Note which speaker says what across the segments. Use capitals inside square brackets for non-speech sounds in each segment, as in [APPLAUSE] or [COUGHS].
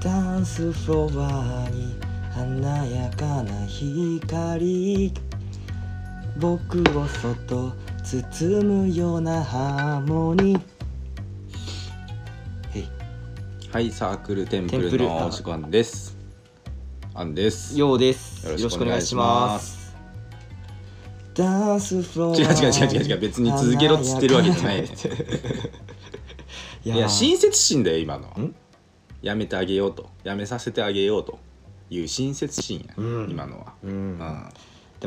Speaker 1: ダンスフロアに華やかな光僕をそっと包むようなハーモニーへい
Speaker 2: はい、サークルテンプ
Speaker 1: テンプ
Speaker 2: ル
Speaker 1: ル
Speaker 2: のお時間です。アンです。
Speaker 1: ようです
Speaker 2: よろしくお願いします
Speaker 1: ダンスフロア
Speaker 2: 違う違う違う違う違う別に続けろっつってるわけじゃない
Speaker 1: い
Speaker 2: い
Speaker 1: や
Speaker 2: や、親切心だよ、今のは
Speaker 1: ん。
Speaker 2: やめてあげようと、やめさせてあげようという親切心や、
Speaker 1: うん
Speaker 2: 今のは。
Speaker 1: う
Speaker 2: うんん。
Speaker 1: で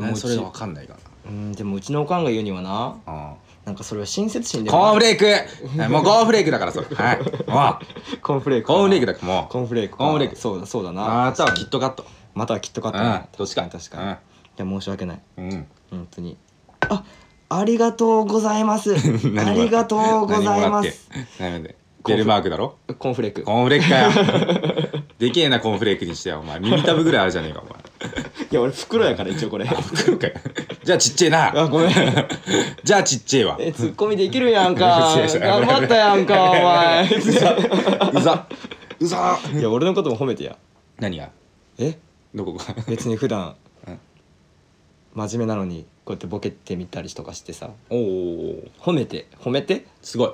Speaker 2: で
Speaker 1: も
Speaker 2: も、それ
Speaker 1: うち
Speaker 2: がわかんないか
Speaker 1: うんでもうちのおかんが言うにはな
Speaker 2: な。
Speaker 1: なんかそれは親切心
Speaker 2: う
Speaker 1: で
Speaker 2: ん。コーンフ
Speaker 1: ー
Speaker 2: レーク。はいもうコーンフレークだから、それ。はい。も
Speaker 1: クコーンフレー
Speaker 2: う。
Speaker 1: ク
Speaker 2: コーンフレーク
Speaker 1: だ
Speaker 2: だから、も
Speaker 1: コーンフレークか
Speaker 2: コーンフレーク
Speaker 1: そうだそうだ
Speaker 2: う。
Speaker 1: な
Speaker 2: あとはキットカット。
Speaker 1: またはきっと
Speaker 2: う
Speaker 1: かった
Speaker 2: ん
Speaker 1: な。
Speaker 2: どっちか。
Speaker 1: 確かに確かにいや申し訳ない
Speaker 2: に。うん。
Speaker 1: 本当にあありがとうございます
Speaker 2: [LAUGHS]
Speaker 1: ありがとうございます。
Speaker 2: 何もらって何もらってベルマークだろ
Speaker 1: コーンフレーク
Speaker 2: コーンフレークかよ。でけえなコーンフレークにしてよ、お前。耳たぶぐらいあるじゃねえか、お前。
Speaker 1: いや俺袋やから一応これ
Speaker 2: そうかよじゃあちっちゃいな。
Speaker 1: [LAUGHS] あごめん
Speaker 2: [LAUGHS]
Speaker 1: え
Speaker 2: じゃあちっちゃいわ。
Speaker 1: ツッコミできるやんか
Speaker 2: [LAUGHS] いやいやいや
Speaker 1: 頑張ったや
Speaker 2: [LAUGHS]
Speaker 1: んかお前
Speaker 2: うざ。うざ。うざ。
Speaker 1: いや俺のことも褒めてや
Speaker 2: 何が
Speaker 1: え
Speaker 2: どこが
Speaker 1: 別に普段
Speaker 2: うん
Speaker 1: 真面目なのにこうやってボケてみたりとかしてさ
Speaker 2: おお。
Speaker 1: 褒めて褒めて
Speaker 2: すごい。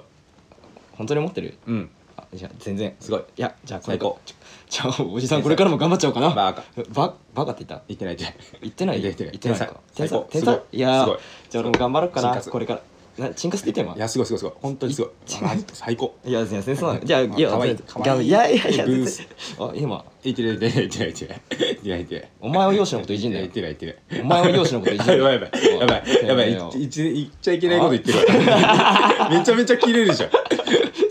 Speaker 1: 本当に思ってる
Speaker 2: うん。
Speaker 1: あじゃあ全然
Speaker 2: すごい。
Speaker 1: いやじゃあこれ
Speaker 2: 最高
Speaker 1: ちょじゃあおじさんこれからも頑張っちゃおうかな
Speaker 2: バカ。
Speaker 1: ばバカって言った
Speaker 2: いってないで。
Speaker 1: 言ってない
Speaker 2: 言ってない
Speaker 1: 言ってないか天
Speaker 2: 天才
Speaker 1: 才天
Speaker 2: 最高
Speaker 1: 才いや
Speaker 2: すご
Speaker 1: ー
Speaker 2: い
Speaker 1: じゃあ俺も頑張ろうか
Speaker 2: チン
Speaker 1: な
Speaker 2: カス
Speaker 1: これからなチンカスって言ってんわ
Speaker 2: いや、すごいすごいすごい。本当にすごい。マジ最高。
Speaker 1: いやいやそうな
Speaker 2: [LAUGHS]
Speaker 1: のじゃあいや
Speaker 2: かわいい
Speaker 1: 全然
Speaker 2: かわいい
Speaker 1: 頑張いやいやいや
Speaker 2: ブー
Speaker 1: 全
Speaker 2: ス
Speaker 1: 然あ今
Speaker 2: いってないいってないいってないいってないいってないいってない。
Speaker 1: お前を容姿のこといじんだ
Speaker 2: いっ
Speaker 1: よ
Speaker 2: てないいってない。
Speaker 1: お前を容姿のこといじんだ
Speaker 2: や
Speaker 1: よ
Speaker 2: [LAUGHS] ばいやばいやばいやばい
Speaker 1: やばい
Speaker 2: いい言っちゃいけないこと言ってる
Speaker 1: [LAUGHS]
Speaker 2: わめちゃめちゃ切れるじゃん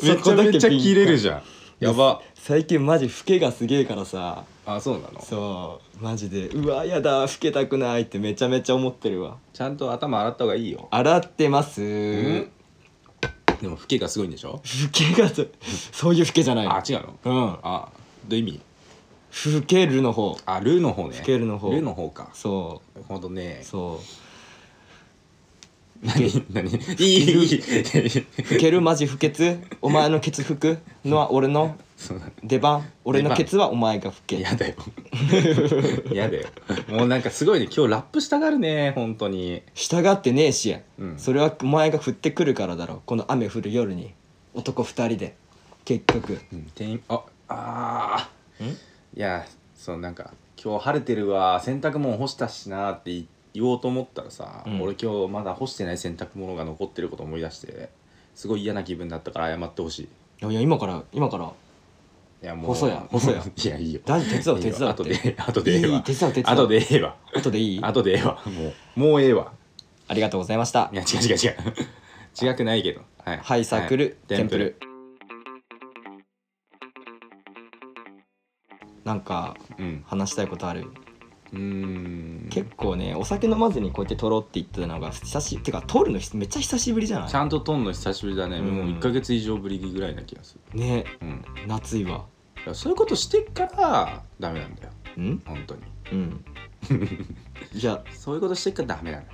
Speaker 2: めちゃめちゃ切れるじゃんやば
Speaker 1: 最近マジ老けがすげえからさ
Speaker 2: あそうなの
Speaker 1: そうマジでうわやだ老けたくないってめちゃめちゃ思ってるわ
Speaker 2: ちゃんと頭洗った方がいいよ
Speaker 1: 洗ってます
Speaker 2: ん
Speaker 1: 老
Speaker 2: でも老けがすごいんでしょ
Speaker 1: けがそそういう老けじゃない
Speaker 2: あ違うの
Speaker 1: うん老
Speaker 2: あどういう意味
Speaker 1: けるの方
Speaker 2: あルーの方ね
Speaker 1: 老けるの方
Speaker 2: ルーの方か
Speaker 1: そ
Speaker 2: ほんとね
Speaker 1: うそう
Speaker 2: 何何いいいいいい
Speaker 1: 老けるマジ不潔お前のケツ拭くのは俺の
Speaker 2: そうなの
Speaker 1: 出番俺のケツはお前が拭け
Speaker 2: や
Speaker 1: [LAUGHS]
Speaker 2: だよやだよもうなんかすごいね今日ラップしたがるね本当に
Speaker 1: 従ってねえし、
Speaker 2: うん
Speaker 1: それはお前が降ってくるからだろこの雨降る夜に男二人で結局
Speaker 2: うん店員ああー
Speaker 1: ん
Speaker 2: いやそうなんか「今日晴れてるわ洗濯物干したしな」って言おうと思ったらさ、
Speaker 1: うん
Speaker 2: 俺今日まだ干してない洗濯物が残ってること思い出してすごい嫌な気分だったから謝ってほしい
Speaker 1: いやいや今から今から
Speaker 2: いやもう
Speaker 1: 干そうや干そうや
Speaker 2: [LAUGHS] いやいいよ
Speaker 1: 大事手伝う
Speaker 2: いい
Speaker 1: 手
Speaker 2: よ
Speaker 1: 伝うっ
Speaker 2: 後
Speaker 1: て
Speaker 2: で後でええ
Speaker 1: い
Speaker 2: わ
Speaker 1: い手伝う手伝う
Speaker 2: 後でええわ
Speaker 1: 後でいい
Speaker 2: 後でええわもうもうええわ
Speaker 1: ありがとうございました
Speaker 2: いや違う違う違う [LAUGHS] 違くないけどはい、
Speaker 1: はいサークル、
Speaker 2: はい
Speaker 1: テンプルなんか
Speaker 2: うん
Speaker 1: 話したいことある
Speaker 2: うーん
Speaker 1: 結構ねお酒飲まずにこうやって撮ろうって言ってたのが久しってか撮るのめっちゃ久しぶりじゃ
Speaker 2: ち
Speaker 1: な
Speaker 2: ゃんととんの久しぶりだね、
Speaker 1: うん
Speaker 2: もう1か月以上ぶりぐらいな気がする
Speaker 1: いね
Speaker 2: うん
Speaker 1: 夏いわ
Speaker 2: だからそういうことしてっからダメなんだよ
Speaker 1: うん
Speaker 2: 本当に
Speaker 1: うん
Speaker 2: [LAUGHS]
Speaker 1: いや
Speaker 2: そういうことしてっからダメなのよ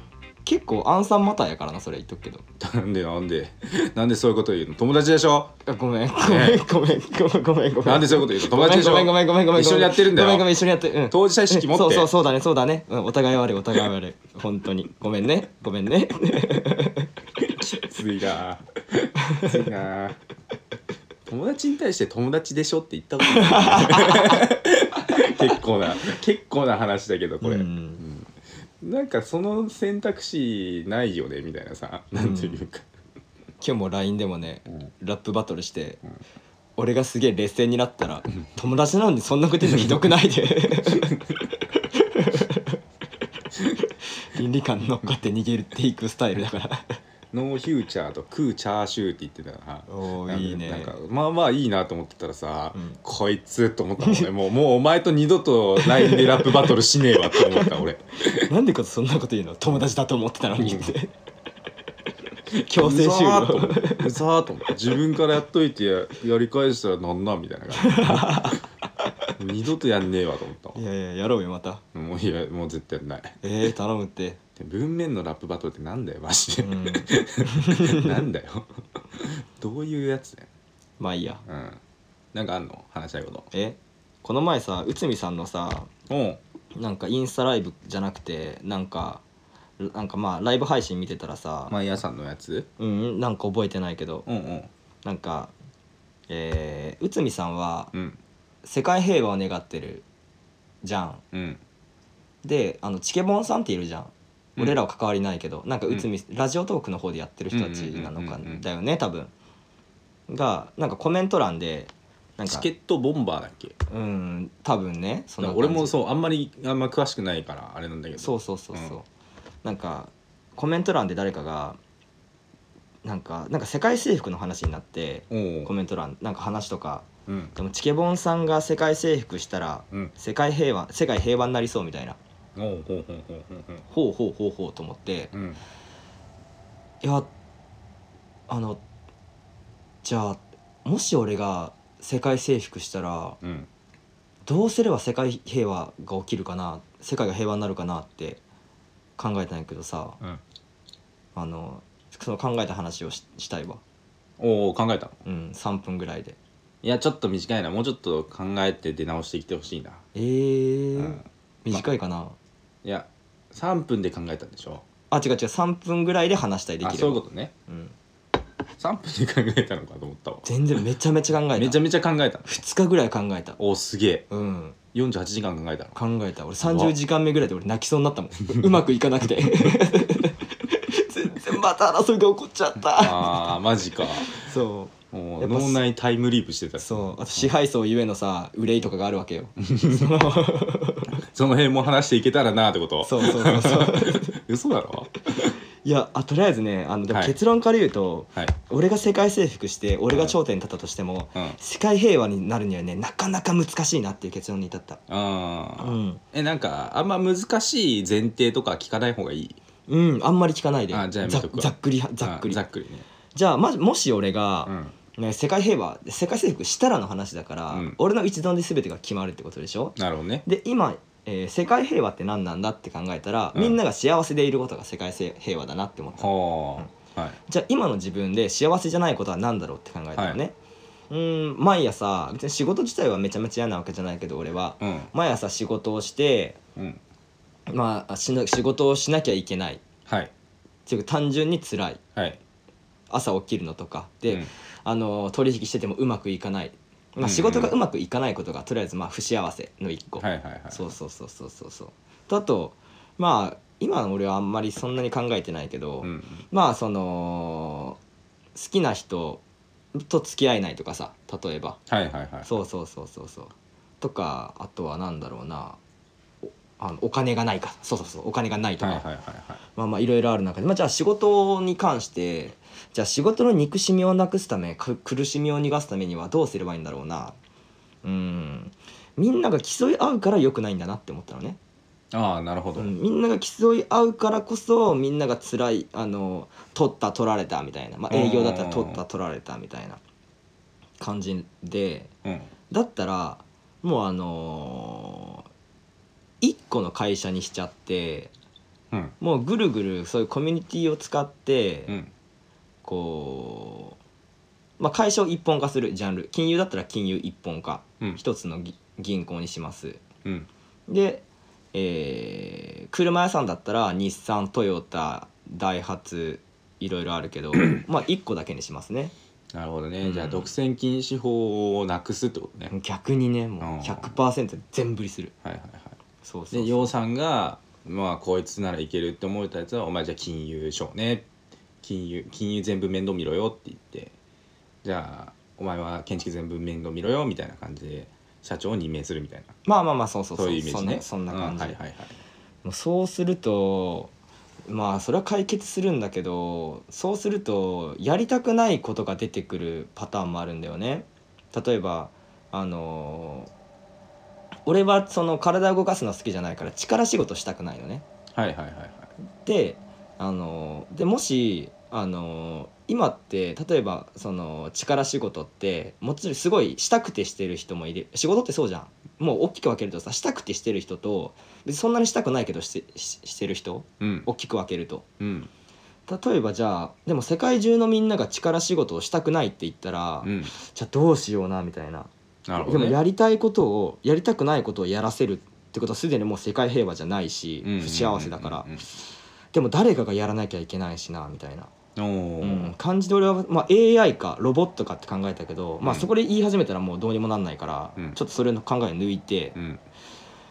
Speaker 1: 結構アンサンマターやからなそれ言っとくけど
Speaker 2: なんでなんでなんでそういうこと言うの友達でしょ
Speaker 1: あごめんごめ
Speaker 2: え
Speaker 1: んごめんごめんごめんごめん
Speaker 2: なんでそういうこと言うの友達でしょ
Speaker 1: ごめんごめんごめんごめんごめん
Speaker 2: 一緒にやってるんだよ
Speaker 1: ごめんごめん一緒にやってうん
Speaker 2: 当事者意識持って
Speaker 1: そうそうそうだねそうだね、うん、お互い悪いお互い悪い本当にごめんねごめんね
Speaker 2: きついなきついな友達に対して友達でしょって言ったことない結構な結構な話だけどこれ、
Speaker 1: うん
Speaker 2: なんかその選択肢ないよねみたいなさなんていうか、
Speaker 1: 今日も LINE でもねラップバトルして、
Speaker 2: ん
Speaker 1: 俺がすげえ劣勢になったら友達なのにそんなこと言うのひどくない
Speaker 2: [LAUGHS]
Speaker 1: で倫理観乗っかって逃げるっていくスタイルだから
Speaker 2: ノーヒューチャーとクーチャーシューって言ってたな
Speaker 1: おー
Speaker 2: なんか
Speaker 1: いいね
Speaker 2: なんかまあまあいいなと思ってたらさ、
Speaker 1: うん
Speaker 2: こいつと思ったもんねもうもうお前と二度と LINE でラップバトルしねえわって思った俺
Speaker 1: なんでこそんなこと言うの友達だと思ってたのにって [LAUGHS] [LAUGHS] 強制終
Speaker 2: うざーっと思っ
Speaker 1: 了
Speaker 2: てうざーっと思って自分からやっといてややり返したらなんなんみたいな感じ [LAUGHS] 二度とやんねえわと思ったも
Speaker 1: いやいややろうよまた
Speaker 2: んもういやもう絶対やんない
Speaker 1: えー、頼むって
Speaker 2: で文面のラップバトルってなんだよマジ
Speaker 1: う [LAUGHS]
Speaker 2: で、[LAUGHS]
Speaker 1: ん
Speaker 2: なんだよどういうやつだよ、
Speaker 1: まあいいや
Speaker 2: うん、なんかあんの話したいこと
Speaker 1: えこの前さ内海さんのさ
Speaker 2: うん
Speaker 1: なんかインスタライブじゃなくてなんかなんかまあライブ配信見てたらさ、
Speaker 2: 毎朝のやつ
Speaker 1: うんなんか覚えてないけど
Speaker 2: うんうん
Speaker 1: なんかえー、内海さんは
Speaker 2: うん
Speaker 1: 世界平和を願ってるじゃん
Speaker 2: うん
Speaker 1: であのチケボンさんっているじゃん
Speaker 2: うん
Speaker 1: 俺らは関わりないけど、なんか
Speaker 2: うん
Speaker 1: 内海、ラジオトークの方でやってる人たちなのか
Speaker 2: うんうんうんうん
Speaker 1: だよね多分がなんかコメント欄でなん
Speaker 2: チ
Speaker 1: か
Speaker 2: ケットボンバーだっけ
Speaker 1: うん多分ねそんな感
Speaker 2: 俺
Speaker 1: じ
Speaker 2: もそうあんまりあんま詳しくないからあれなんだけど
Speaker 1: そうそうそうそう、なんかコメント欄で誰かがなんかなんか世界征服の話になって
Speaker 2: おう
Speaker 1: コメント欄なんか話とか
Speaker 2: うん
Speaker 1: でもチケボンさんが世界征服したら
Speaker 2: うん
Speaker 1: 世界平和世界平和になりそうみたいな
Speaker 2: おうほうほうほうほうほ
Speaker 1: ほ
Speaker 2: う
Speaker 1: うほうほうほうと思って
Speaker 2: うん
Speaker 1: いやあのじゃあもし俺が世界征服したら
Speaker 2: うん
Speaker 1: どうすれば世界平和が起きるかな世界が平和になるかなって考えたんやけどさ、
Speaker 2: うん
Speaker 1: あのその考えた話をししたいわ、
Speaker 2: おお考えた
Speaker 1: うん、3分ぐらいで
Speaker 2: いやちょっと短いなもうちょっと考えて出直してきてほしいな、
Speaker 1: えー
Speaker 2: うん
Speaker 1: 短いかな、
Speaker 2: いや3分で考えたんでしょ
Speaker 1: あ違う違う3分ぐらいで話したいで
Speaker 2: あ
Speaker 1: きれ
Speaker 2: そういう
Speaker 1: ば
Speaker 2: ことね
Speaker 1: うん、
Speaker 2: 3分で考えたのかと思ったわ
Speaker 1: 全然めちゃめちゃ考えた
Speaker 2: めちゃめちゃ考えたの
Speaker 1: 2日ぐらい考えた
Speaker 2: おおすげえ
Speaker 1: うん
Speaker 2: 48時間考えたの
Speaker 1: 考えた俺
Speaker 2: うわ
Speaker 1: 30時間目ぐらいで俺泣きそうになったもんうまくいかなく
Speaker 2: [LAUGHS]
Speaker 1: て全然また争いが起こっちゃった
Speaker 2: あーマジ [LAUGHS] か
Speaker 1: そ
Speaker 2: も
Speaker 1: や
Speaker 2: う
Speaker 1: っぱ
Speaker 2: 脳内タイムリープしてた
Speaker 1: うそうあと支配層ゆえのさ憂いとかがあるわけよその
Speaker 2: その辺も話していけたらなってこと
Speaker 1: そうそうそうそう
Speaker 2: [LAUGHS] 嘘だろ
Speaker 1: いやあとりあえずねあのでも
Speaker 2: はい
Speaker 1: 結論から言うと、
Speaker 2: はい
Speaker 1: 俺が世界征服して俺が頂点に立ったとしても、
Speaker 2: うん
Speaker 1: 世界平和になるにはねなかなか難しいなっていう結論に至った
Speaker 2: あ
Speaker 1: う
Speaker 2: ー、
Speaker 1: ん、
Speaker 2: えなんかあんま難しい前提とか聞かない方がいい
Speaker 1: うん、あんまり聞かないで
Speaker 2: あじゃあやめ
Speaker 1: ざ
Speaker 2: とくわ
Speaker 1: ざっくりはざっく
Speaker 2: あ
Speaker 1: り
Speaker 2: ざっくりね
Speaker 1: じゃあ、ま、もし俺
Speaker 2: う
Speaker 1: が、
Speaker 2: ん
Speaker 1: ね、世界平和世界征服したらの話だから、
Speaker 2: うん
Speaker 1: 俺の一存で全てが決まるってことでしょ
Speaker 2: なるほどね
Speaker 1: で今、えー世界平和って何なんだって考えたら、
Speaker 2: うん
Speaker 1: みんなが幸せでいることが世界せ平和だなって思った
Speaker 2: はあ、はい
Speaker 1: じゃあ今の自分で幸せじゃないことは何だろうって考えたのね、うーん毎朝別に仕事自体はめちゃめちゃ嫌なわけじゃないけど俺は
Speaker 2: うん
Speaker 1: 毎朝仕事をして、
Speaker 2: うん
Speaker 1: まあ、しな仕事をしなきゃいけない
Speaker 2: はい
Speaker 1: っていうか単純に辛い
Speaker 2: はい
Speaker 1: 朝起きるのとかで、
Speaker 2: うん
Speaker 1: あの取引しててもうまくいかない、
Speaker 2: う
Speaker 1: ま
Speaker 2: んう
Speaker 1: あ、
Speaker 2: ん
Speaker 1: 仕事がうまくいかないことがとりあえずまあ不幸せの一個、
Speaker 2: はいはいはい
Speaker 1: そうそうそうそうそうそうとあとまあ今の俺はあんまりそんなに考えてないけど、
Speaker 2: うんうん
Speaker 1: まあその好きな人と付き合えないとかさ例えば
Speaker 2: はいはいはい
Speaker 1: そうそうそうそうそうとかあとはなんだろうなおあのお金がないかそうそうそうお金がないと
Speaker 2: は
Speaker 1: か、
Speaker 2: いはいはいはい
Speaker 1: まあまあいろいろある中で、まあ、じゃあ仕事に関してじゃあ仕事の憎しみをなくすためく苦しみを逃がすためにはどうすればいいんだろうなうんみんなが競い合うから良くないんだなって思ったのね、
Speaker 2: ああなるほど、
Speaker 1: うん、みんなが競い合うからこそみんなが辛いあの取った取られたみたいな、まあ、営業だったら取った取られたみたいな感じで。
Speaker 2: うん、
Speaker 1: だったらもうあのー、1個の会社にしちゃって
Speaker 2: うん
Speaker 1: もうぐるぐるそういうコミュニティを使って、
Speaker 2: うん
Speaker 1: こう、まあ、会社を一本化するジャンル金融だったら金融一本化
Speaker 2: うん
Speaker 1: 一つのぎ銀行にします
Speaker 2: うん
Speaker 1: で、えー車屋さんだったら日産トヨタダイハツいろいろある
Speaker 2: [COUGHS]
Speaker 1: けどまあ1個だけにしますね
Speaker 2: なるほどね、
Speaker 1: うん
Speaker 2: じゃあ独占禁止法をなくすってことね、
Speaker 1: 逆にね
Speaker 2: あ
Speaker 1: もう
Speaker 2: ー
Speaker 1: 100%全振りする
Speaker 2: はいはいは
Speaker 1: そうそう
Speaker 2: いで
Speaker 1: そう
Speaker 2: 楊さんがまあこいつならいけるって思えたやつはお前じゃあ金融しようね金融金融全部面倒見ろよって言ってじゃあお前は建築全部面倒見ろよみたいな感じで社長を任命するみたいな
Speaker 1: まあまあまあそうそう
Speaker 2: そう
Speaker 1: そう
Speaker 2: いうイメージね
Speaker 1: そんなそんな感じ、
Speaker 2: うんはいはいはい
Speaker 1: もうそうするとまあそれは解決するんだけどそうするとやりたくないことが出てくるパターンもあるんだよね例えばあのー俺はその体を動かすの好きじゃないから力仕事したくないのね
Speaker 2: はいはいはいはい
Speaker 1: で,、あのーでもし、あのー今って例えばその力仕事ってもちろんすごいしたくてしてる人もいる仕事ってそうじゃんもう大きく分けるとさしたくてしてる人と別にそんなにしたくないけどしてししてる人
Speaker 2: うん
Speaker 1: 大きく分けると
Speaker 2: うん
Speaker 1: 例えばじゃあでも世界中のみんなが力仕事をしたくないって言ったら、
Speaker 2: うん
Speaker 1: じゃあどうしようなみたいな
Speaker 2: なるほ
Speaker 1: で
Speaker 2: ど、
Speaker 1: も
Speaker 2: ね、
Speaker 1: やりたいことをやりたくないことをやらせるってことはすでにもう世界平和じゃないし
Speaker 2: うんうんうんう
Speaker 1: 不
Speaker 2: ん
Speaker 1: 幸せだから
Speaker 2: うんうん
Speaker 1: でも誰かがやらなきゃいけないしなみたいな、
Speaker 2: お
Speaker 1: う
Speaker 2: ー
Speaker 1: ん、感じで俺は、まあ、AI かロボットかって考えたけど、まあ、
Speaker 2: うん
Speaker 1: そこで言い始めたらもうどうにもなんないから、
Speaker 2: うん
Speaker 1: ちょっとそれの考えを抜いて
Speaker 2: うん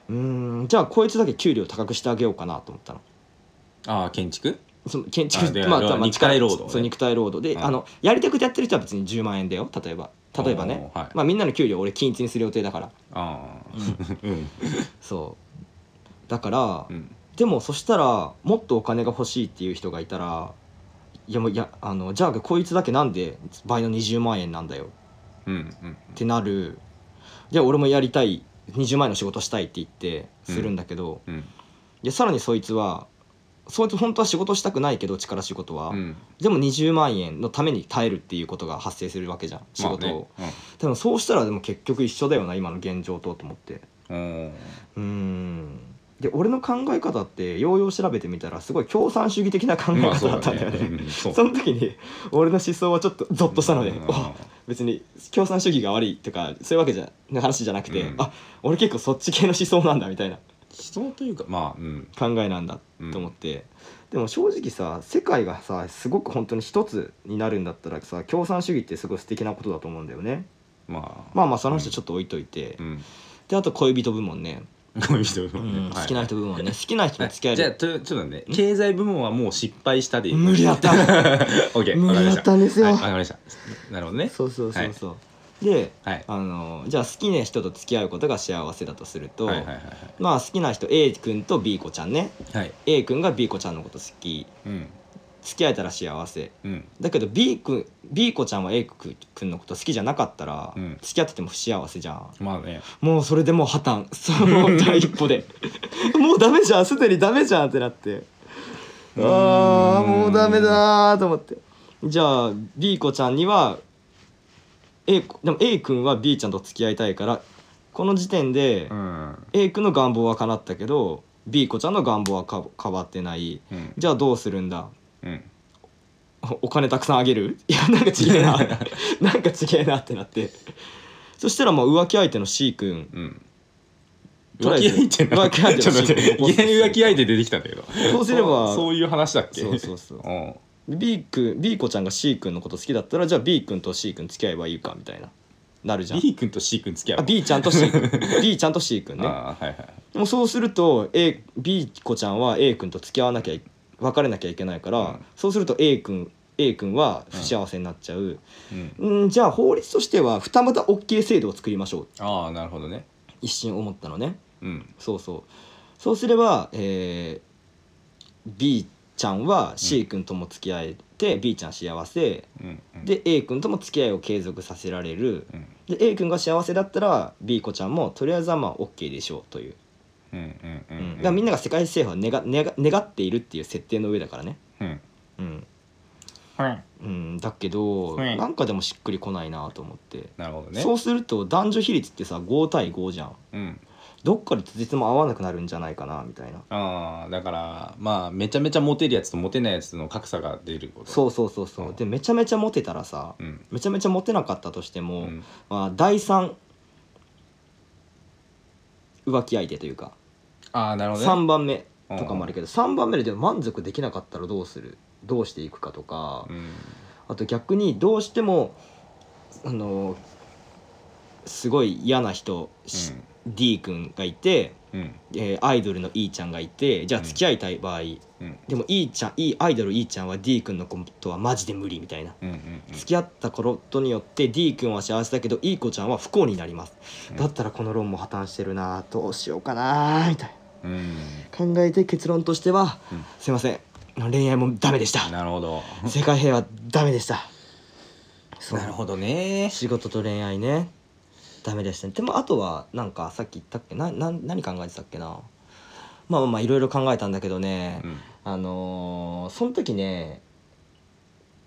Speaker 1: うんんじゃあこいつだけ給料高くしてあげようかなと思ったの。
Speaker 2: ああ建築
Speaker 1: その建
Speaker 2: あ
Speaker 1: 築
Speaker 2: で
Speaker 1: まあ
Speaker 2: 要は
Speaker 1: まあ
Speaker 2: 肉体労働ね
Speaker 1: そう肉体労働で、
Speaker 2: うん
Speaker 1: あのやりたくてやってる人は別に10万円だよ例えば例えばね、
Speaker 2: おーはい
Speaker 1: まあ、みんなの給料俺均一にする予定だから
Speaker 2: ああうん
Speaker 1: そうだから、
Speaker 2: [LAUGHS] うん
Speaker 1: でもそしたらもっとお金が欲しいっていう人がいたらいやもういやあのじゃあこいつだけなんで倍の20万円なんだよ
Speaker 2: うんうん
Speaker 1: ってなるじゃあ俺もやりたい20万円の仕事したいって言ってするんだけど、
Speaker 2: うん
Speaker 1: いやさらにそいつはそいつ本当は仕事したくないけど力仕事は、
Speaker 2: うん
Speaker 1: でも20万円のために耐えるっていうことが発生するわけじゃん仕事を、
Speaker 2: まあね
Speaker 1: でもそうしたらでも結局一緒だよな今の現状とと思って
Speaker 2: うんおー
Speaker 1: うーんで俺の考え方ってようよう調べてみたらすごい共産主義的な考え
Speaker 2: まあ
Speaker 1: 方
Speaker 2: そう
Speaker 1: だったんだよ
Speaker 2: ね
Speaker 1: ね,、
Speaker 2: うんそ
Speaker 1: そうの時に俺の思想はちょっとゾッとしたので、
Speaker 2: うん
Speaker 1: お別に共産主義が悪いとかそういうわけじゃの話じゃなくて、
Speaker 2: うん
Speaker 1: あ俺結構そっち系の思想なんだみたいな
Speaker 2: 人というかまあうん
Speaker 1: 考えなんだ
Speaker 2: うん
Speaker 1: と思って、でも正直さ世界がさすごく本当に一つになるんだったらさ共産主義ってすごい素敵なことだと思うんだよね
Speaker 2: まあ
Speaker 1: まあまあその人ちょっと置いといて、
Speaker 2: うん
Speaker 1: であと恋人部門ね、
Speaker 2: こういう人
Speaker 1: うん好きな人部門ね好きな人に付き合え
Speaker 2: じゃあ
Speaker 1: る
Speaker 2: とちょっとね経済部門はもう失敗したでいい
Speaker 1: 無理だった
Speaker 2: [LAUGHS] オッケー
Speaker 1: 無
Speaker 2: わかり
Speaker 1: 理だ
Speaker 2: まし
Speaker 1: ったたんですよ、
Speaker 2: はいわかりましたなるほどね
Speaker 1: そうそうそうそう、で
Speaker 2: はい
Speaker 1: あのじゃあ好きな人と付き合うことが幸せだとすると、
Speaker 2: はいはいはい
Speaker 1: まあ好きな人 A 君と B 子ちゃんね
Speaker 2: はいはい
Speaker 1: A 君が B 子ちゃんのこと好き
Speaker 2: うん
Speaker 1: 付き合えたら幸せ
Speaker 2: うん
Speaker 1: だけど B 君 B 子ちゃんは A 君のこと好きじゃなかったら、
Speaker 2: うん
Speaker 1: 付き合ってても不幸せじゃん
Speaker 2: まあね
Speaker 1: もうそれでもう破綻そうもう第一歩で [LAUGHS] もうダメじゃんすでにダメじゃんってなってあー
Speaker 2: うーん
Speaker 1: もうダメだーと思ってじゃあ B 子ちゃんには A 子でも A 君は B ちゃんと付き合いたいからこの時点で
Speaker 2: うん
Speaker 1: A 君の願望は叶ったけど B 子ちゃんの願望はか変わってない
Speaker 2: うん
Speaker 1: じゃあどうするんだ [LAUGHS]
Speaker 2: うん
Speaker 1: おお金たくさんあげるい [LAUGHS] やなんかちげえ
Speaker 2: [LAUGHS]
Speaker 1: ななんかちげえなってなってそしたらもう浮気相手の C 君
Speaker 2: うん
Speaker 1: とりあ
Speaker 2: 浮
Speaker 1: え
Speaker 2: 気
Speaker 1: ず
Speaker 2: 相手な
Speaker 1: 浮気相手の
Speaker 2: ちょっと待って
Speaker 1: シーンを起こす
Speaker 2: いきなり浮気相手出てきたんだけど
Speaker 1: そうすれば
Speaker 2: そうそういう話だっけ
Speaker 1: そうそうそう
Speaker 2: うん
Speaker 1: で B 君 B 子ちゃんが C 君のこと好きだったらじゃあ B 君と C 君付き合えばいいかみたいななるじゃん
Speaker 2: B 君と C 君付き合う
Speaker 1: あ B ちゃんと
Speaker 2: [LAUGHS]
Speaker 1: C 君 B ちゃんと C 君ね
Speaker 2: あーはいはい
Speaker 1: でもそうすると A B 子ちゃんは A 君と付き合わなきゃい別れなきゃいけないから、
Speaker 2: うん
Speaker 1: そうすると A 君 A 君は不幸せになっちゃう、
Speaker 2: うん
Speaker 1: うん、じゃあ法律としては二股 OK 制度を作りましょう
Speaker 2: ああなるほどね
Speaker 1: 一瞬思ったのね
Speaker 2: うん
Speaker 1: そうそうそうすれば、えー B ちゃんは C 君とも付き合えて、B ちゃん幸せ
Speaker 2: うんうん
Speaker 1: で A 君とも付き合いを継続させられる
Speaker 2: うん
Speaker 1: で A 君が幸せだったら B 子ちゃんもとりあえずはまあ OK でしょうという、
Speaker 2: うんうんう
Speaker 1: うんん
Speaker 2: うん
Speaker 1: だからみんなが世界政府を願願願っているっていう設定の上だからね、
Speaker 2: うん
Speaker 1: うん
Speaker 2: はい
Speaker 1: うん、だけど、
Speaker 2: はい
Speaker 1: なんかでもしっくりこないなと思って、
Speaker 2: なるほどね
Speaker 1: そうすると男女比率ってさ5対5じゃん
Speaker 2: うん
Speaker 1: どっかで辻褄合わなくなるんじゃないかなみたいな
Speaker 2: ああだからまあめちゃめちゃモテるやつとモテないやつの格差が出ること
Speaker 1: そうそうそうそう、
Speaker 2: うん
Speaker 1: でめちゃめちゃモテたらさ
Speaker 2: うん
Speaker 1: めちゃめちゃモテなかったとして
Speaker 2: う
Speaker 1: も、
Speaker 2: ん
Speaker 1: まあ、第3浮気相手というか
Speaker 2: ああなるほどね
Speaker 1: 3番目とかもあるけど3番目ででも満足できなかったらどうするどうしていくかとか
Speaker 2: うん
Speaker 1: あと逆にどうしてもあのすごい嫌な人、し D 君がいて、
Speaker 2: うんうん
Speaker 1: えーアイドルの E ちゃんがいてじゃあ付き合いたい場合、
Speaker 2: うん
Speaker 1: でも E ちゃん E アイドル E ちゃんは D 君のことはマジで無理みたいな
Speaker 2: うんうんうん
Speaker 1: 付き合ったことによって D 君は幸せだけど E 子ちゃんは不幸になります、
Speaker 2: うん
Speaker 1: だったらこの論も破綻してるなどうしようかなみたいな
Speaker 2: うん
Speaker 1: 考えて結論としては、
Speaker 2: うん
Speaker 1: すいません恋愛もダメでした
Speaker 2: なるほど
Speaker 1: 世界平和ダメでしたそう
Speaker 2: なるほどね
Speaker 1: 仕事と恋愛ねダメでしたねでもあとはなんかさっき言ったっけなな何考えてたっけなまあまあまあいろいろ考えたんだけどね、
Speaker 2: うん
Speaker 1: あのーその時ね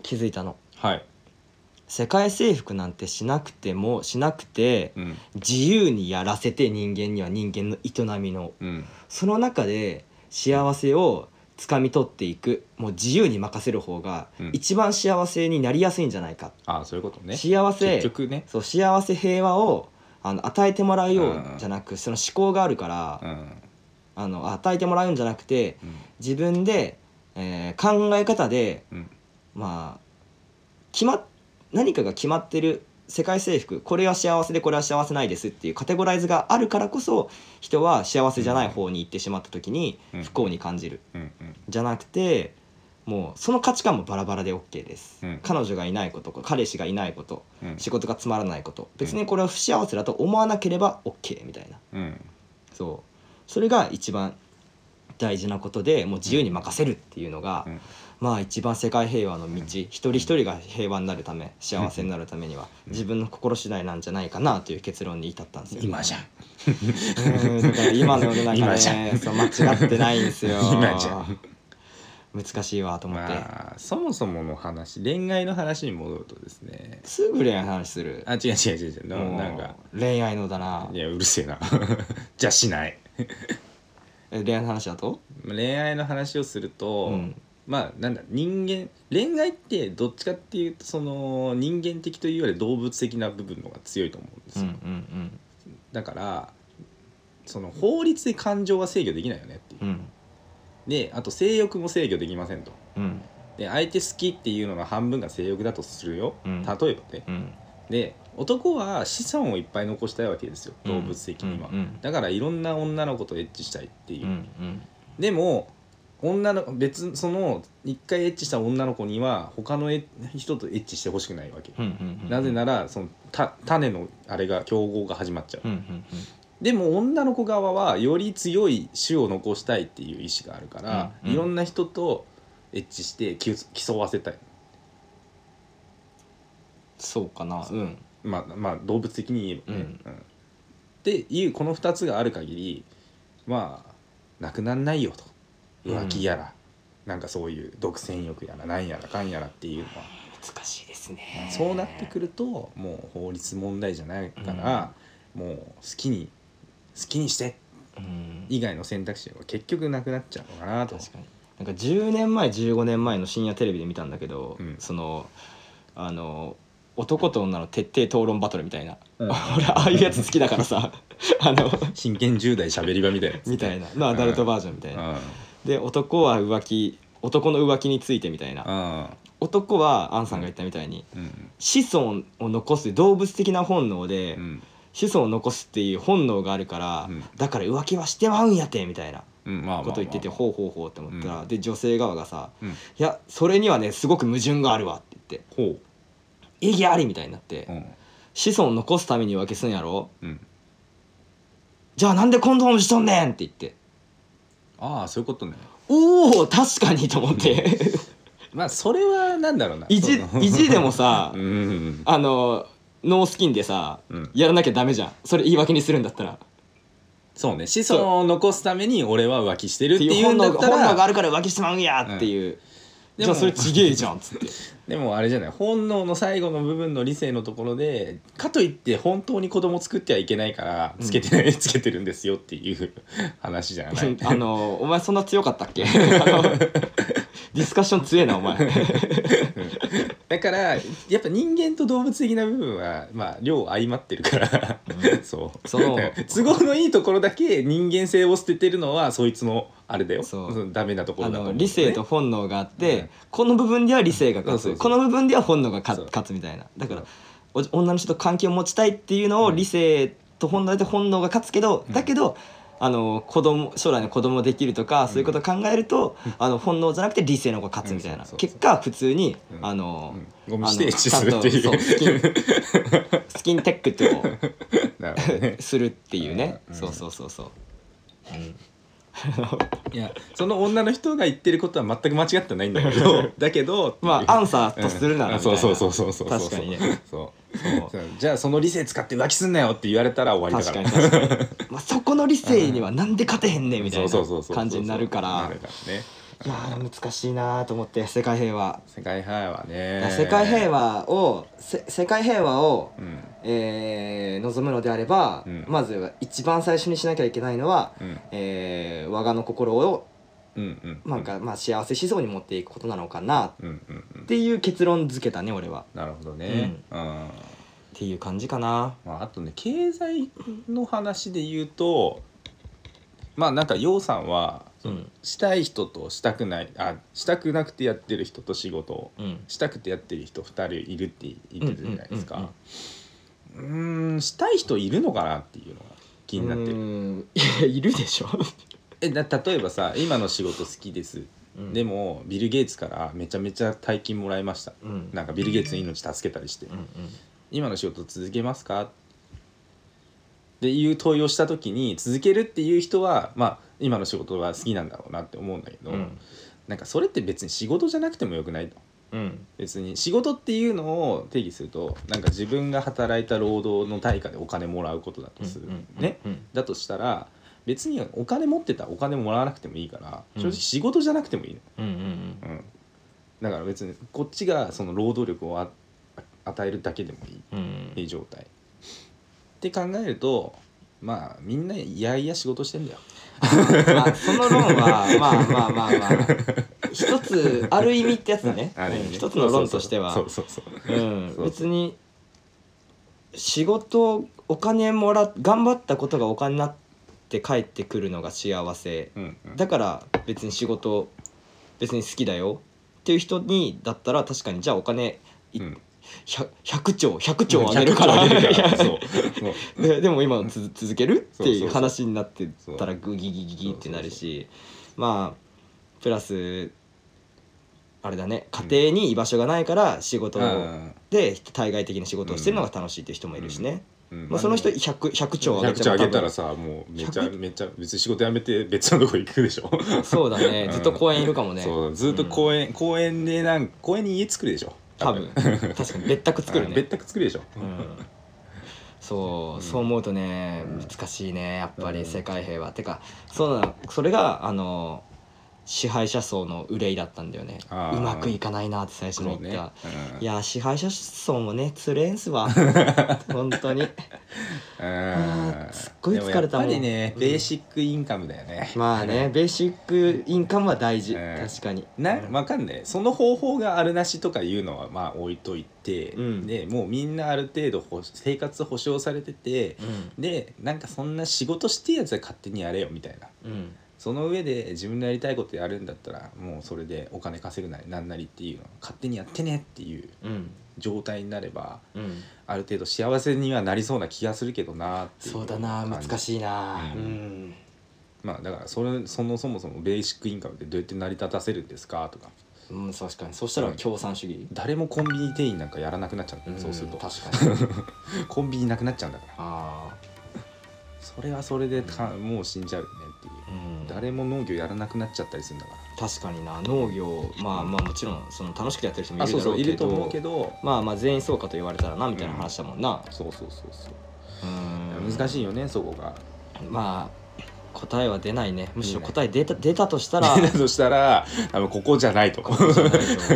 Speaker 1: 気づいたの
Speaker 2: はい
Speaker 1: 世界征服なんてしなくてもしなくて
Speaker 2: うん
Speaker 1: 自由にやらせて人間には人間の営みの
Speaker 2: うん
Speaker 1: その中で幸せを掴み取っていくもう自由に任せる方が
Speaker 2: うん
Speaker 1: 一番幸せになりやすいんじゃないか、
Speaker 2: ああそういうことね
Speaker 1: 幸
Speaker 2: 結
Speaker 1: せ
Speaker 2: 局ね
Speaker 1: そう幸せ平和をああの与えてもらうよ
Speaker 2: うん
Speaker 1: う
Speaker 2: うん
Speaker 1: じゃなく、その思考があるから、
Speaker 2: うん
Speaker 1: あの与えてもらうんじゃなくて
Speaker 2: うん
Speaker 1: 自分で、えー考え方で
Speaker 2: うん
Speaker 1: まあ決まっ何かが決まってる世界征服これは幸せでこれは幸せないですっていうカテゴライズがあるからこそ人は幸せじゃない方に行ってしまった時に
Speaker 2: うん
Speaker 1: 不幸に感じる、
Speaker 2: うん
Speaker 1: じゃなくてもうその価値観もバラバラで OK です、
Speaker 2: うん
Speaker 1: 彼女がいないこと彼氏がいないこと
Speaker 2: うんうん
Speaker 1: 仕事がつまらないこと別にこれは不幸せだと思わなければ OK みたいな
Speaker 2: うん
Speaker 1: そうそれが一番大事なことでもう自由に任せるっていうのが、
Speaker 2: うん
Speaker 1: まあ一番世界平和の道、一人一人が平和になるため幸せになるためには
Speaker 2: ん
Speaker 1: 自分の心次第なんじゃないかなという結論に至ったんですよ
Speaker 2: 今じゃん
Speaker 1: うんだから今の世の中
Speaker 2: 今じゃ
Speaker 1: ねそう間違ってないんですよ
Speaker 2: 今じゃん
Speaker 1: 難しいわと思って、
Speaker 2: まあそもそもの話恋愛の話に戻るとですね
Speaker 1: すぐ恋愛の話する
Speaker 2: あ違う違う違う違うな
Speaker 1: もう
Speaker 2: なんか
Speaker 1: 恋愛のだない
Speaker 2: やうるせえな [LAUGHS] じゃあしない
Speaker 1: え恋愛の話だと
Speaker 2: 恋愛の話をすると、
Speaker 1: うん
Speaker 2: まあなんだ人間恋愛ってどっちかっていうとその人間的というより動物的な部分の方が強いと思うんです
Speaker 1: うんう
Speaker 2: よ、
Speaker 1: ん
Speaker 2: だからその法律で感情は制御できないよねっていう
Speaker 1: う、ん
Speaker 2: であと性欲も制御できませんと
Speaker 1: うん
Speaker 2: で相手好きっていうのの半分が性欲だとするよ、
Speaker 1: うん
Speaker 2: 例えばね
Speaker 1: うん
Speaker 2: で男は資産をいっぱい残したいわけですよ動物的には、
Speaker 1: うんうん
Speaker 2: だからいろんな女の子とエッチしたいってい
Speaker 1: う
Speaker 2: う、
Speaker 1: んうん
Speaker 2: でも女の別その一回エッチした女の子には他のえ人とエッチしてほしくないわけ、
Speaker 1: うんうんうん
Speaker 2: なぜならそのた種のあれが競合が始まっちゃ
Speaker 1: う
Speaker 2: う、
Speaker 1: んうん
Speaker 2: でも女の子側はより強い種を残したいっていう意志があるから、
Speaker 1: うんうん
Speaker 2: いろんな人とエッチしてきゅ競わせたい
Speaker 1: そうかなうん
Speaker 2: まあまあ動物的に言えばね、
Speaker 1: うん
Speaker 2: うんっていうこの2つがある限りまあなくなんないよと
Speaker 1: うん
Speaker 2: 浮気やら、なんかそういう独占欲やらなんやらかんやらっていうのは
Speaker 1: 難しいですね
Speaker 2: そうなってくるともう法律問題じゃないから、もう好きに好きにして
Speaker 1: うん
Speaker 2: 以外の選択肢は結局なくなっちゃうのかなと。
Speaker 1: 確かになんか10年前15年前の深夜テレビで見たんだけど、
Speaker 2: うん
Speaker 1: そのあの男と女の徹底討論バトルみたいな、 [LAUGHS]
Speaker 2: うん
Speaker 1: 俺ああいうやつ好きだからさ [LAUGHS] あの
Speaker 2: 真剣10代しゃべり場みたいなやつね
Speaker 1: みたいなのアダルトバージョンみたいな、
Speaker 2: うん
Speaker 1: で男は浮気男の浮気についてみたいな、男はアンさんが言ったみたいに
Speaker 2: うん
Speaker 1: 子孫を残す動物的な本能で、
Speaker 2: うん
Speaker 1: 子孫を残すっていう本能があるから、
Speaker 2: うん
Speaker 1: だから浮気はしてまうんやてみたいな
Speaker 2: うんまあまあまあ
Speaker 1: こと言ってて、ほうほうほうって思ったら、
Speaker 2: うん
Speaker 1: で女性側がさ
Speaker 2: うん
Speaker 1: 「いやそれにはねすごく矛盾があるわ」って言って
Speaker 2: ほ
Speaker 1: 「意義あり」みたいになって、
Speaker 2: う、うん
Speaker 1: 子孫を残すために浮気すんやろ
Speaker 2: うん、
Speaker 1: じゃあなんでコンドームしとんねんって言って
Speaker 2: ああそういうことね
Speaker 1: 「おお確かに」と思って
Speaker 2: まあそれはなんだろうな
Speaker 1: [LAUGHS] 意地
Speaker 2: その
Speaker 1: 意地でもさ
Speaker 2: [LAUGHS] うんうん
Speaker 1: あのノースキンでさ、
Speaker 2: うん
Speaker 1: やらなきゃダメじゃんそれ言い訳にするんだったら。
Speaker 2: そうね子孫を残すために俺は浮気してるっ
Speaker 1: っててい
Speaker 2: いうう
Speaker 1: 本
Speaker 2: んだっ
Speaker 1: 能
Speaker 2: た
Speaker 1: 本能が
Speaker 2: ら
Speaker 1: あるから浮気しまうんやっていう、じ
Speaker 2: でも
Speaker 1: ゃあそれちげえじゃんっつって
Speaker 2: でもあれじゃない本能の最後の部分の理性のところでかといって本当に子供作ってはいけないからつけてない、つけてるんですよっていう話じゃな
Speaker 1: [LAUGHS]
Speaker 2: い [LAUGHS]
Speaker 1: あのお前そんな強かったっけあのディスカッション強えなお
Speaker 2: [LAUGHS]
Speaker 1: 前
Speaker 2: だからやっぱ人間と動物的な部分はまあ両相まってるから、そう
Speaker 1: その
Speaker 2: だから都合のいいところだけ人間性を捨ててるのはそいつのあれだよ
Speaker 1: そう
Speaker 2: のダメなとこ
Speaker 1: あ
Speaker 2: ろだと思
Speaker 1: の
Speaker 2: う、ね、
Speaker 1: 理性と本能があって、
Speaker 2: うん
Speaker 1: この部分では理性が勝つ、
Speaker 2: そうそうそう
Speaker 1: この部分では本能が勝
Speaker 2: そう
Speaker 1: 勝つみたいなだからお女の人と関係を持ちたいっていうのを理性と本能で本能が勝つけど、
Speaker 2: うん
Speaker 1: だけどあの子供将来の子供できるとかそういうことを考えると、あの本能じゃなくて理性の方が勝つみたいな、
Speaker 2: うんそうそうそう
Speaker 1: 結果普通に、
Speaker 2: うん
Speaker 1: あの、
Speaker 2: うんゴミ
Speaker 1: あの
Speaker 2: 指定地するってい
Speaker 1: ちゃんとそうスキン
Speaker 2: う。
Speaker 1: スキンテックと
Speaker 2: [LAUGHS] なるほ
Speaker 1: [LAUGHS]
Speaker 2: どね
Speaker 1: するっていうね、
Speaker 2: うん
Speaker 1: そうそうそうそう、
Speaker 2: いやその女の人が言ってることは全く間違ってないんだけ
Speaker 1: [LAUGHS]
Speaker 2: どだけど
Speaker 1: [LAUGHS] まあアンサーとするなら
Speaker 2: うん
Speaker 1: みたい
Speaker 2: そう
Speaker 1: な
Speaker 2: そうそうそうそうそう
Speaker 1: 確かにね
Speaker 2: そう
Speaker 1: そう
Speaker 2: そうじゃあその理性使って浮気すんなよって言われたら終わりだ
Speaker 1: 確
Speaker 2: か
Speaker 1: からに確かに、まあ、そこの理性にはなんで勝てへんねんみたい
Speaker 2: そうそうそうそ
Speaker 1: な
Speaker 2: う
Speaker 1: 感じになるから
Speaker 2: なるからね
Speaker 1: いやー難しいなーと思って世界平和、
Speaker 2: 世界平和ね
Speaker 1: 世界平和をせ世界平和を、
Speaker 2: うん
Speaker 1: えー望むのであれば、
Speaker 2: うん
Speaker 1: まずは一番最初にしなきゃいけないのは、
Speaker 2: うん
Speaker 1: えー我がの心を
Speaker 2: うんうん
Speaker 1: なんか、まあ、幸せ思想に持っていくことなのかなっ
Speaker 2: うんうんうん
Speaker 1: ていう結論付けたね俺は。
Speaker 2: なるほどねうん
Speaker 1: っていう感じかな
Speaker 2: まあ、あとね経済の話で言うとまあなんか楊さんは
Speaker 1: うん
Speaker 2: したい人としたくないあしたくなくてやってる人と仕事を
Speaker 1: うん
Speaker 2: したくてやってる人2人いるって言ってたじゃない
Speaker 1: う
Speaker 2: です
Speaker 1: んうん
Speaker 2: かうーんしたい人いるのかなっていうのが気になって
Speaker 1: う
Speaker 2: る
Speaker 1: ーんいやいるでしょ、
Speaker 2: えだ例えばさ今の仕事好きです
Speaker 1: うん
Speaker 2: でもビル・ゲイツからめちゃめちゃ大金もらいました
Speaker 1: うん
Speaker 2: なんかビル・ゲイツの命助けたりして
Speaker 1: うん
Speaker 2: 今の仕事続けますかっていう問いをした時に続けるっていう人はまあ今の仕事が好きなんだろうなって思うんだけど、
Speaker 1: うんうん
Speaker 2: なんかそれって別に仕事じゃなくてもよくないと
Speaker 1: うん
Speaker 2: 別に仕事っていうのを定義するとなんか自分が働いた労働の対価でお金もらうことだとする、
Speaker 1: うん
Speaker 2: ね
Speaker 1: うん
Speaker 2: だとしたら別にお金持ってたらお金もらわなくてもいいから
Speaker 1: うん
Speaker 2: 正直仕事じゃなくてもいいの、
Speaker 1: うんうん
Speaker 2: うん、だから別にこっちがその労働力をあ与えるだけでもいい
Speaker 1: うんうん
Speaker 2: いい状態って考えるとまあみんないやいや仕事してんだよ
Speaker 1: まあその論はまあまあまあまあ一つある意味ってやつだね
Speaker 2: [LAUGHS] あれ
Speaker 1: うん一つの論としては
Speaker 2: そうそうそう
Speaker 1: うん
Speaker 2: そう
Speaker 1: 別に仕事お金もら頑張ったことがお金になって帰ってくるのが幸せ
Speaker 2: うんうん
Speaker 1: だから別に仕事別に好きだよっていう人にだったら確かにじゃあお金い
Speaker 2: うん
Speaker 1: 100 100兆100兆あげるから
Speaker 2: 100兆あげるから
Speaker 1: い
Speaker 2: そうそう
Speaker 1: や [LAUGHS] ででも今のつ続けるって
Speaker 2: そう
Speaker 1: い
Speaker 2: そう
Speaker 1: う
Speaker 2: そう
Speaker 1: 話になってたらグギギギギってなるしまあプラスあれだね家庭に居場所がないから仕事を
Speaker 2: うん
Speaker 1: で対外的な仕事をしてるのが楽しいっていう人もいるしね、
Speaker 2: うん
Speaker 1: まあ、その人 100, 100兆
Speaker 2: 100兆あげたら
Speaker 1: 多
Speaker 2: さもうめちゃ
Speaker 1: 100
Speaker 2: めちゃ別に仕事辞めて別のとこ行くでしょ
Speaker 1: 分そうだね
Speaker 2: うん
Speaker 1: ずっと公園いるかもね、
Speaker 2: そうずっと公園公園でなん公園に家作るでしょ
Speaker 1: 多分確かに別宅作る
Speaker 2: うん
Speaker 1: ね
Speaker 2: 別宅作るでしょ
Speaker 1: うんそう、
Speaker 2: うん
Speaker 1: そう思うとね
Speaker 2: うん
Speaker 1: 難しいねやっぱ
Speaker 2: うん
Speaker 1: り世界平和、てかそうなそれがあの支配者層の憂いだったんだよねう
Speaker 2: あー
Speaker 1: まくいかないなって最初
Speaker 2: そ
Speaker 1: に
Speaker 2: う
Speaker 1: 言
Speaker 2: ね
Speaker 1: った、
Speaker 2: うん
Speaker 1: いや支配者層もねつれんす
Speaker 2: [LAUGHS]
Speaker 1: わ本当に
Speaker 2: うん
Speaker 1: ーすっごい疲れたもん
Speaker 2: でやっぱりね
Speaker 1: うん
Speaker 2: ベーシックインカムだよね
Speaker 1: まあねベーシックインカムは大事、
Speaker 2: うん
Speaker 1: 確かに
Speaker 2: な
Speaker 1: うん
Speaker 2: わかんないその方法があるなしとかいうのはまあ置いといて、
Speaker 1: うん
Speaker 2: でもうみんなある程度ほ生活保障されてて
Speaker 1: う
Speaker 2: でなんかそんな仕事してるやつは勝手にやれよみたいな
Speaker 1: う
Speaker 2: ん
Speaker 1: ん
Speaker 2: その上で自分のやりたいことやるんだったらもうそれでお金稼ぐなりなんなりっていうのを勝手にやってねっていう
Speaker 1: うん
Speaker 2: 状態になれば
Speaker 1: うん
Speaker 2: ある程度幸せにはなりそうな気がするけどなっていう
Speaker 1: そうだな
Speaker 2: 感じ
Speaker 1: 難しいな
Speaker 2: う
Speaker 1: うんん
Speaker 2: まあだからそれそのそもそもベーシックインカムってどうやって成り立たせるんですかとか
Speaker 1: うん確かにそしたら共産主義
Speaker 2: 誰もコンビニ店員なんかやらなくなっちゃう、そうすると
Speaker 1: 確かに
Speaker 2: コンビニなくなっちゃうんだから
Speaker 1: [LAUGHS] あ
Speaker 2: それはそれでかもう死んじゃうねっていう
Speaker 1: あうん
Speaker 2: 誰も農業やらなくなっちゃったりするんだか
Speaker 1: 確かにな農業まあまあもちろんその楽しくやってる人も
Speaker 2: ら
Speaker 1: いるだろう
Speaker 2: い
Speaker 1: け
Speaker 2: ると思
Speaker 1: ど
Speaker 2: うけど
Speaker 1: まあまあ全員そうかと言われたらなみたいな話だもんな
Speaker 2: そうそうそうそう
Speaker 1: うん
Speaker 2: 難しいよねそこが
Speaker 1: まあ答えは出ないねむしろ答え出た出たとしたら
Speaker 2: [LAUGHS] だとしたらあのここじゃないと
Speaker 1: ここじゃないと思うう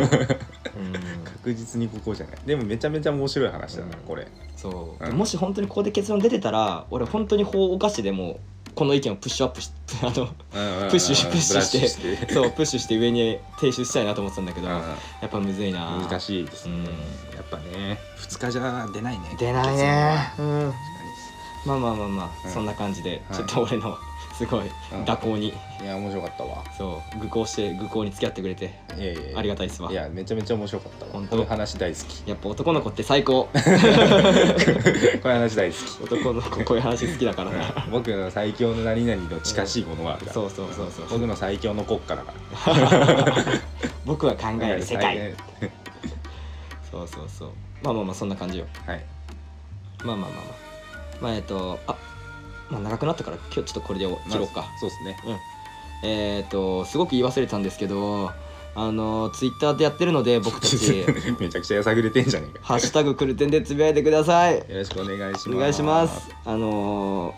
Speaker 1: ん
Speaker 2: 確実にここじゃないでもめちゃめちゃ面白い話だな
Speaker 1: うん
Speaker 2: これ
Speaker 1: そう、
Speaker 2: うん
Speaker 1: もし本当にここで結論出てたら俺本当に法お菓子でもこの意見をプッシュアップし [LAUGHS] あの
Speaker 2: プッ
Speaker 1: プッシュプッシュして
Speaker 2: て
Speaker 1: そうプッシュして上に提出したいなと思ってたんだけど、や
Speaker 2: う
Speaker 1: っぱむずいなん
Speaker 2: 難しいです
Speaker 1: う
Speaker 2: ね
Speaker 1: ん
Speaker 2: やっぱね2日じゃ出ないね
Speaker 1: 出ないねうん
Speaker 2: 結
Speaker 1: ま
Speaker 2: 論は
Speaker 1: あまあまあまあ、
Speaker 2: うん
Speaker 1: そんな感じで、
Speaker 2: はい
Speaker 1: ちょっと俺
Speaker 2: [LAUGHS]
Speaker 1: のすごい
Speaker 2: ん
Speaker 1: 蛇行に、
Speaker 2: いや面白かったわ
Speaker 1: そう愚行して愚行に付き合ってくれて
Speaker 2: いやいやいや
Speaker 1: ありがたいっすわ
Speaker 2: いやめちゃめちゃ面白かったわ
Speaker 1: 本当
Speaker 2: こういう話大好き [LAUGHS]
Speaker 1: やっぱ男の子って最高
Speaker 2: こういう話大好き
Speaker 1: 男の子こういう話好きだから
Speaker 2: [LAUGHS]
Speaker 1: な
Speaker 2: うん僕の最強の何々の近しいものはあるから、
Speaker 1: そうそうそうそう
Speaker 2: 僕の最強の国家だか
Speaker 1: [LAUGHS] 僕は考
Speaker 2: ら
Speaker 1: える世界、
Speaker 2: はい
Speaker 1: そうそうそうまあまあまあそんな感じよ
Speaker 2: はい
Speaker 1: まあまあまあまあまあえっとあまあ長くなったから今日ちょっとこれで切ろうか
Speaker 2: ま、あそうですね
Speaker 1: えっとすごく言い忘れたんですけどあのツイッターでやってるので僕た
Speaker 2: [LAUGHS]
Speaker 1: ち
Speaker 2: めちゃくちゃやさぐれてんじゃねえか
Speaker 1: ハッシュタグクルテンでつぶやいてください
Speaker 2: よろしくお願いします
Speaker 1: お願いしますあの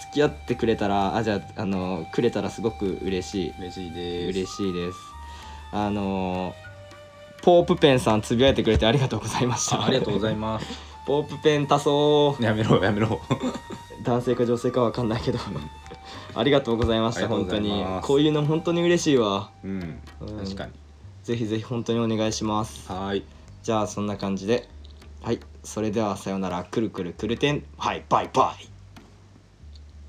Speaker 1: 付き合ってくれたらあじゃあ、あのくれたらすごく嬉し
Speaker 2: 嬉しい
Speaker 1: い
Speaker 2: です
Speaker 1: 嬉しいですあのポープペンさんつぶやいてくれてありがとうございました
Speaker 2: あありがとうござい
Speaker 1: ま [LAUGHS]
Speaker 2: ます
Speaker 1: すポープペン多そう
Speaker 2: やめろやめろ
Speaker 1: 男性か女性かわかんないけどありがとうございまし
Speaker 2: あり
Speaker 1: た
Speaker 2: がとう
Speaker 1: 本
Speaker 2: ござ
Speaker 1: 当
Speaker 2: いま
Speaker 1: に
Speaker 2: す
Speaker 1: こういうの本当に嬉しいわ
Speaker 2: うん
Speaker 1: うん
Speaker 2: 確かに
Speaker 1: ぜひぜひ本当にお願いします
Speaker 2: はーい
Speaker 1: じゃあそんな感じではいそれではさよならくるくるくるてんはいバイバイ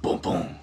Speaker 2: ボンボン